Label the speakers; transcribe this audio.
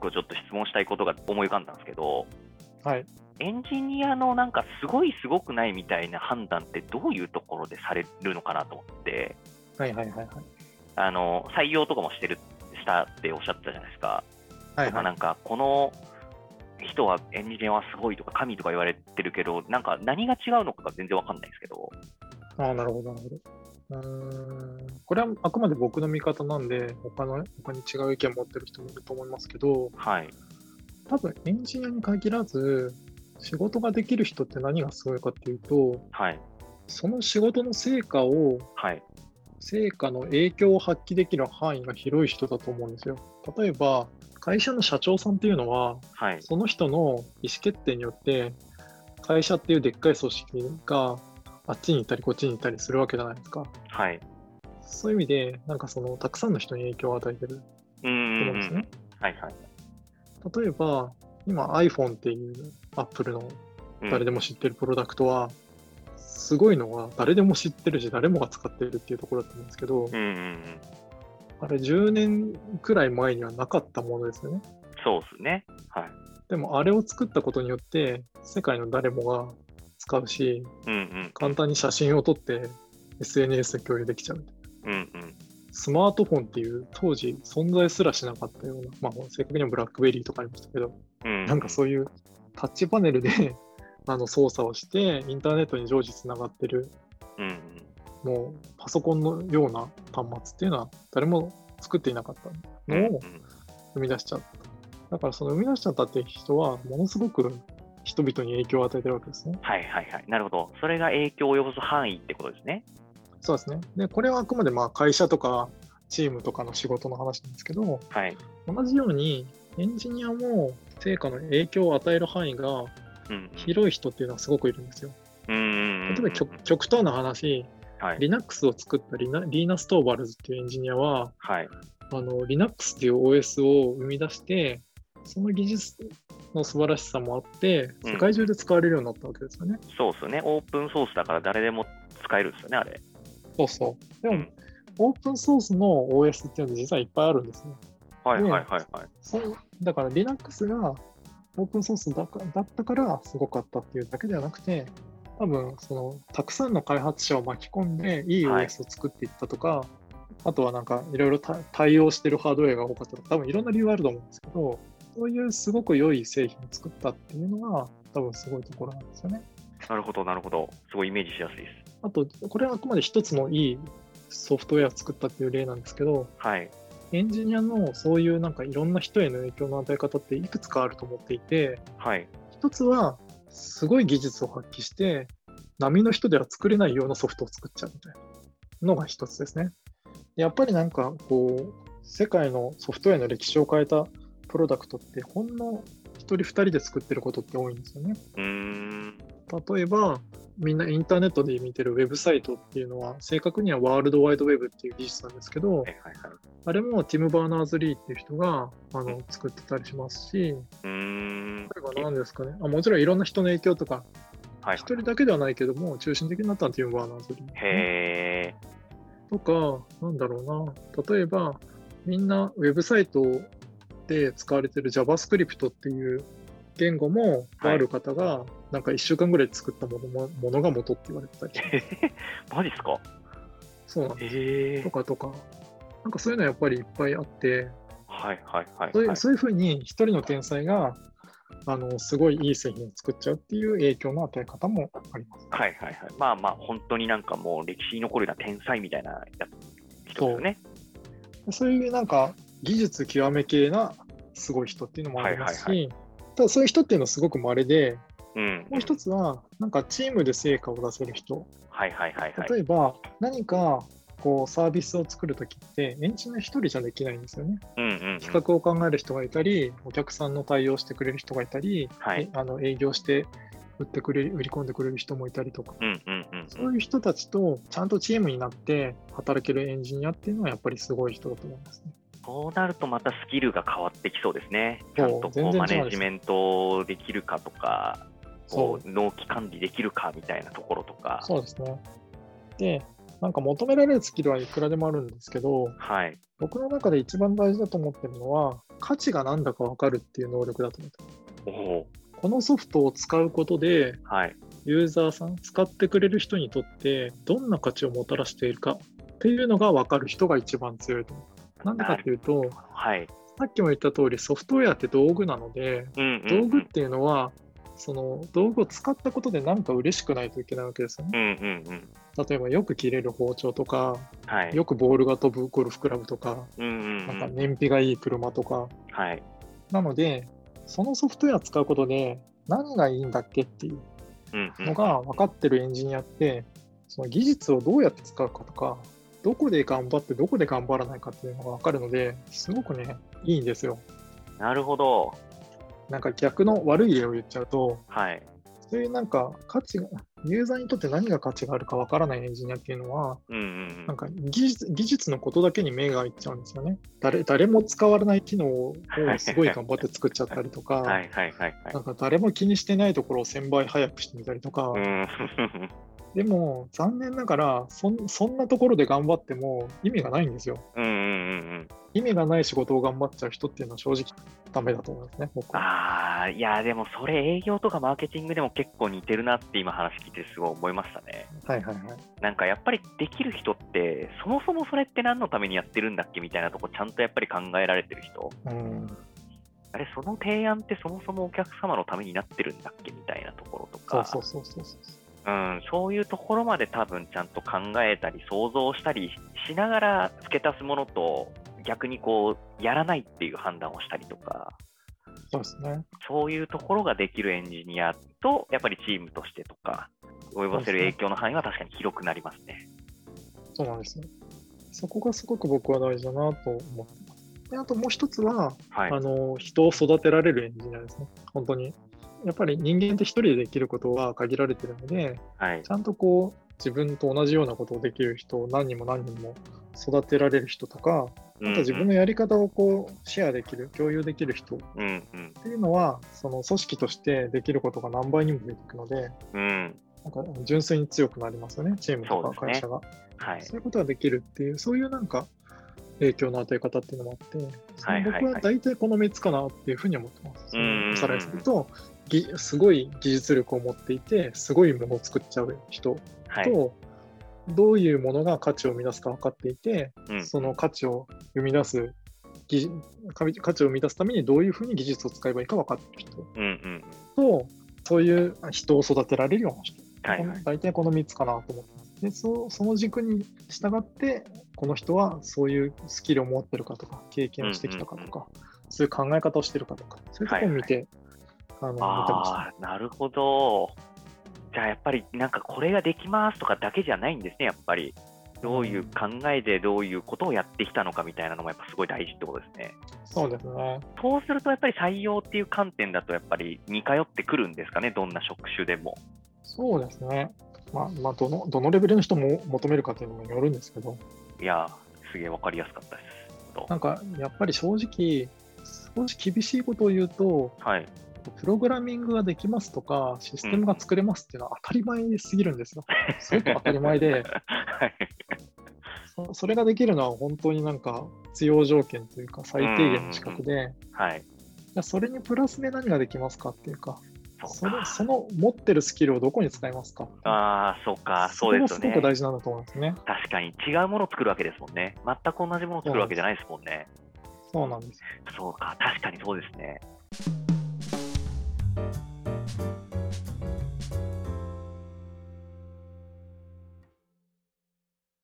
Speaker 1: 個ちょっと質問したいことが思い浮かんだんですけど、
Speaker 2: はい、
Speaker 1: エンジニアのなんかすごいすごくないみたいな判断ってどういうところでされるのかなと思って、
Speaker 2: はいはいはい
Speaker 1: あの採用とかもしてるしたっておっしゃってたじゃないですか。
Speaker 2: はい
Speaker 1: とかなんかこの人はエンジニアはすごいとか神とか言われてるけどなんか何が違うのかが全然わかんないんですけど。
Speaker 2: ああなるほどなるほどうーんこれはあくまで僕の見方なんで他の他に違う意見持ってる人もいると思いますけど
Speaker 1: はい。
Speaker 2: 多分エンジニアに限らず仕事ができる人って何がすごいかっていうと
Speaker 1: はい。
Speaker 2: その仕事の成果を
Speaker 1: はい。
Speaker 2: 成果の影響を発揮できる範囲が広い人だと思うんですよ。例えば会社の社長さんっていうのは
Speaker 1: はい。
Speaker 2: その人の意思決定によって会社っていうでっかい組織があっちに行ったりこっちに行ったりするわけじゃないですか。
Speaker 1: はい。
Speaker 2: そういう意味でなんかそのたくさんの人に影響を与えてる
Speaker 1: うーん
Speaker 2: と思うんですね。
Speaker 1: はいはい。
Speaker 2: 例えば今 iPhone っていうアップルの
Speaker 1: うん
Speaker 2: 誰でも知ってるプロダクトはすごいのは誰でも知ってるし誰もが使ってるっていうところだと思うんですけど、
Speaker 1: うんうんうん。
Speaker 2: あれ10年くらい前にはなかったものですよね。
Speaker 1: そうですね。はい。
Speaker 2: でもあれを作ったことによって世界の誰もが使うし
Speaker 1: うんうん。
Speaker 2: 簡単に写真を撮って SNS で共有できちゃう。
Speaker 1: うんうん。
Speaker 2: スマートフォンっていう当時存在すらしなかったような、まあ、正確にはブラックベリーとかありましたけど、
Speaker 1: うん、
Speaker 2: なんかそういうタッチパネルで あの操作をしてインターネットに常時つながってる
Speaker 1: うんうん、
Speaker 2: もうパソコンのような端末っていうのは誰も作っていなかったのを、
Speaker 1: うん
Speaker 2: 生み出しちゃった。だからその生み出しちゃったっていう人はものすごく人々に影響を与えてるわけですね。
Speaker 1: はいはいはい、なるほど、それが影響を及ぼす範囲ってことですね。
Speaker 2: そうですね。で、これはあくまでまあ会社とかチームとかの仕事の話なんですけど、
Speaker 1: はい、
Speaker 2: 同じようにエンジニアも成果の影響を与える範囲が
Speaker 1: うん
Speaker 2: 広い人っていうのはすごくいるんですよ。
Speaker 1: うんうんうん
Speaker 2: 例えば極極端な話、
Speaker 1: はい、
Speaker 2: Linux を作ったリナリーナ・ストーバルズっていうエンジニアは、
Speaker 1: はい、
Speaker 2: あの Linux っていう OS を生み出して、その技術の素晴らしさもあって、
Speaker 1: うん
Speaker 2: 世界中で使われるようになったわけですよね。
Speaker 1: そうですよね、オープンソースだから誰でも使えるんですよね、あれ。
Speaker 2: そうそう。でも、
Speaker 1: うん
Speaker 2: オープンソースの OS っていうのは実はいっぱいあるんですね。
Speaker 1: はい
Speaker 2: ね
Speaker 1: はいはいはい。
Speaker 2: そうだから Linux がオープンソースだかだったからすごかったっていうだけではなくて、多分そのたくさんの開発者を巻き込んでいい
Speaker 1: はい
Speaker 2: OS を作っていったとか、あとはなんかいろいろた対応してるハードウェアが多かったとか、多分いろんな理由があると思うんですけど、そういうすごく良い製品を作ったっていうのが多分すごいところなんですよね。
Speaker 1: なるほどなるほど、すごいイメージしやすいです。
Speaker 2: あと、これはあくまで一つのいいソフトウェアを作ったっていう例なんですけど、
Speaker 1: はい、
Speaker 2: エンジニアのそういうなんかいろんな人への影響の与え方っていくつかあると思っていて、
Speaker 1: はい、
Speaker 2: 一つはすごい技術を発揮して、波の人では作れないようなソフトを作っちゃうみたいなのが一つですね。やっぱりなんかこう、世界のソフトウェアの歴史を変えたプロダクトって、ほんの一人二人で作ってることって多いんですよね。
Speaker 1: うーん、
Speaker 2: 例えばみんなインターネットで見てるウェブサイトっていうのは正確にはワールドワイドウェブっていう技術なんですけ
Speaker 1: はい
Speaker 2: ど
Speaker 1: はいはい。
Speaker 2: あれもティム・バーナーズ・リーっていう人があの作ってたりしますし例
Speaker 1: うーん、
Speaker 2: えば何ですかねあもちろんいろんな人の影響とか
Speaker 1: はい
Speaker 2: 一。人だけではないけども中心的になったのはティム・バーナーズ・リー、
Speaker 1: へ
Speaker 2: とかなんだろうな例えばみんなウェブサイトで使われてる JavaScript っていう言語も
Speaker 1: はい
Speaker 2: ある方がなんか1週間ぐらい作ったものもものが元って言われて たり
Speaker 1: ー、マジっすか
Speaker 2: そうなんです
Speaker 1: へ
Speaker 2: と
Speaker 1: ー、
Speaker 2: かとか、なんかそういうのはやっぱりいっぱいあって、
Speaker 1: はいはいはい
Speaker 2: そうい
Speaker 1: は
Speaker 2: う
Speaker 1: い。
Speaker 2: そういうふうに一人の天才があのすごいいい製品を作っちゃうっていう影響の与え方もあります。
Speaker 1: はいはいはい。まあまあ、本当になんかもう歴史に残るような天才みたいなやつ人ですよね。
Speaker 2: そういうなんか技術極め系なすごい人っていうのもありますし、
Speaker 1: はいは
Speaker 2: ただそういう人っていうのはすごく稀で、
Speaker 1: うん。
Speaker 2: もう一
Speaker 1: つ。
Speaker 2: つはなんかチームで成果を出せる人、
Speaker 1: はいはいはいはい。
Speaker 2: 例えば何かこうサービスを作るときってエンジニア一人じゃできないんですよね。
Speaker 1: うんうんうん。
Speaker 2: 企画を考える人がいたり、お客さんの対応してくれる人がいたり、
Speaker 1: はい
Speaker 2: えあの営業して売ってくれ売り込んでくれる人もいたりとか、
Speaker 1: うんうんうん。
Speaker 2: そううんいう人たちとちゃんとチームになって働けるエンジニアっていうのはやっぱりすごい人だと思いますね。
Speaker 1: そうなるとまたスキルが変わってきそうですね。ち
Speaker 2: そ
Speaker 1: ゃ
Speaker 2: うん
Speaker 1: とこ
Speaker 2: 全
Speaker 1: う
Speaker 2: 然違
Speaker 1: マ
Speaker 2: うでしょ
Speaker 1: ネジメントできるかとか、
Speaker 2: そ
Speaker 1: こ
Speaker 2: う
Speaker 1: う納期管理できるかみたいなところとか。
Speaker 2: そうですね。で、なんか求められるスキルはいくらでもあるんですけど、
Speaker 1: はい。
Speaker 2: 僕の中で一番大事だと思ってるのは、価値が何だか分かるっていう能力だと思ってます
Speaker 1: おお。
Speaker 2: このソフトを使うことで、
Speaker 1: はい。
Speaker 2: ユーザーさん、使ってくれる人にとって、どんな価値をもたらしているかっていうのが分かる人が一番強いと思う。なんでかっていうと、
Speaker 1: はい。
Speaker 2: さっきも言った通り、ソフトウェアって道具なので、
Speaker 1: うんうん、
Speaker 2: 道具っていうのは、その道具を使ったことで何か嬉しくないといけないわけですよね。
Speaker 1: うんうんうん。
Speaker 2: 例えばよく切れる包丁とか、
Speaker 1: はい。
Speaker 2: よくボールが飛ぶゴルフクラブとか、
Speaker 1: うんうん
Speaker 2: なん
Speaker 1: う
Speaker 2: か
Speaker 1: ん。
Speaker 2: 燃費がいい車とか。
Speaker 1: はい。
Speaker 2: なので、そのソフトウェア使うことで何がいいんだっけっていう
Speaker 1: うんうん。
Speaker 2: のが分かってるエンジニアって、その技術をどうやって使うかとか、どこで頑張ってどこで頑張らないかっていうのが分かるので、すごくね、いいんですよ。
Speaker 1: なるほど。
Speaker 2: なんか逆の悪い例を言っちゃうと、
Speaker 1: はい。
Speaker 2: そういうなんか価値が、ユーザーにとって何が価値があるかわからないエンジニアっていうのは、
Speaker 1: うんうんう
Speaker 2: なん
Speaker 1: ん。
Speaker 2: か技術技術のことだけに目がいっちゃうんですよね。誰誰も使われない機 能をすごい頑張って作っちゃったりとか、
Speaker 1: はいはいはいはい
Speaker 2: なんか誰も気にしてないところを1000倍早くしてみたりとか、。
Speaker 1: うん。
Speaker 2: でも残念ながらそん、そんなところで頑張っても意味がないんですよ。
Speaker 1: うんうんうんうん。
Speaker 2: 意味がない仕事を頑張っちゃう人っていうのは正直ダメだと思いますね、僕は。
Speaker 1: ああ、いや、でもそれ営業とかマーケティングでも結構似てるなって今話聞いてすごい思いましたね。
Speaker 2: はいはいはい。
Speaker 1: なんかやっぱりできる人って、そもそもそれって何のためにやってるんだっけみたいなとこちゃんとやっぱり考えられてる人。
Speaker 2: うん
Speaker 1: あれ、その提案ってそもそもお客様のためになってるんだっけみたいなところと
Speaker 2: そう
Speaker 1: か、
Speaker 2: そうそうそうそう。
Speaker 1: うん、そういうところまで多分ちゃんと考えたり想像したりしながら付け足すものと逆にこうやらないっていう判断をしたりとか
Speaker 2: そうですね。
Speaker 1: そういうところができるエンジニアとやっぱりチームとしてとか及ぼせる影響の範囲は確かに広くなりますね。
Speaker 2: そうなんですよ。そこがすごく僕は大事だなと思ってます。であともう一つは、
Speaker 1: はい、
Speaker 2: あの人を育てられるエンジニアですね、本当に。やっぱり人間って一人でできることは限られてるので、
Speaker 1: はい
Speaker 2: ちゃんとこう自分と同じようなことをできる人を何人も何人も育てられる人とか、あと自分のやり方をこうシェアできる、共有できる人っ
Speaker 1: うんうん
Speaker 2: ていうのは、その組織としてできることが何倍にもできるので、
Speaker 1: うんうん
Speaker 2: なんか純粋に強くなりますよね、チームと
Speaker 1: そう
Speaker 2: か
Speaker 1: ですね
Speaker 2: 会社が。
Speaker 1: はい
Speaker 2: そういうことができるっていう、そういうなんか影響の与え方っていうのもあって、その
Speaker 1: はい
Speaker 2: 僕
Speaker 1: はいは
Speaker 2: はい大体この3つかなっていうふうに思ってます。そ
Speaker 1: うんうんうん
Speaker 2: のおさらいすると、ぎすごい技術力を持っていて、すごいものを作っちゃう人
Speaker 1: はい
Speaker 2: と、どういうものが価値を生み出すか分かっていて、
Speaker 1: うん
Speaker 2: その価値を生み出す技術、価値を生み出すためにどういうふうに技術を使えばいいか分かってる人
Speaker 1: うんうん
Speaker 2: と、そういう人を育てられるような人。
Speaker 1: はいはい
Speaker 2: 大体この3つかなと思ってます。でそその軸に従ってこの人はそういうスキルを持ってるかとか経験をしてきたかとか、そういう考え方をしてるかとかそういうところを見て、あの見てました。
Speaker 1: ああなるほどじゃあやっぱりなんかこれができますとかだけじゃないんですねやっぱりどういう考えでどういうことをやってきたのかみたいなのもやっぱすごい大事ってことですね
Speaker 2: そうですね。
Speaker 1: そうするとやっぱり採用っていう観点だとやっぱり似通ってくるんですかねどんな職種でも
Speaker 2: そうですね。まあ、まあ、どのどのレベルの人も求めるかというのによるんですけど、
Speaker 1: いやーすげえわかりやすかったですと
Speaker 2: なんかやっぱり正直、少し厳しいことを言うと、
Speaker 1: はい
Speaker 2: プログラミングができますとか、システムが作れますっていうのは当たり前すぎるんで すよ。すごく当たり前で、
Speaker 1: はい
Speaker 2: そそれができるのは本当になんか必要条件というか最低限の資格で、い
Speaker 1: はい
Speaker 2: やそれにプラスで何ができますかっていうか、
Speaker 1: そ
Speaker 2: そうれ
Speaker 1: か
Speaker 2: その持ってるスキルをどこに使いますか
Speaker 1: ああそうかそうですよ
Speaker 2: そこが
Speaker 1: ね
Speaker 2: すごく大事なんだと思いますね。
Speaker 1: 確かに違うものを作るわけですもんね全く同じものを作るわけじゃないですもんね
Speaker 2: そうなんです。
Speaker 1: そうか、確かにそうですね。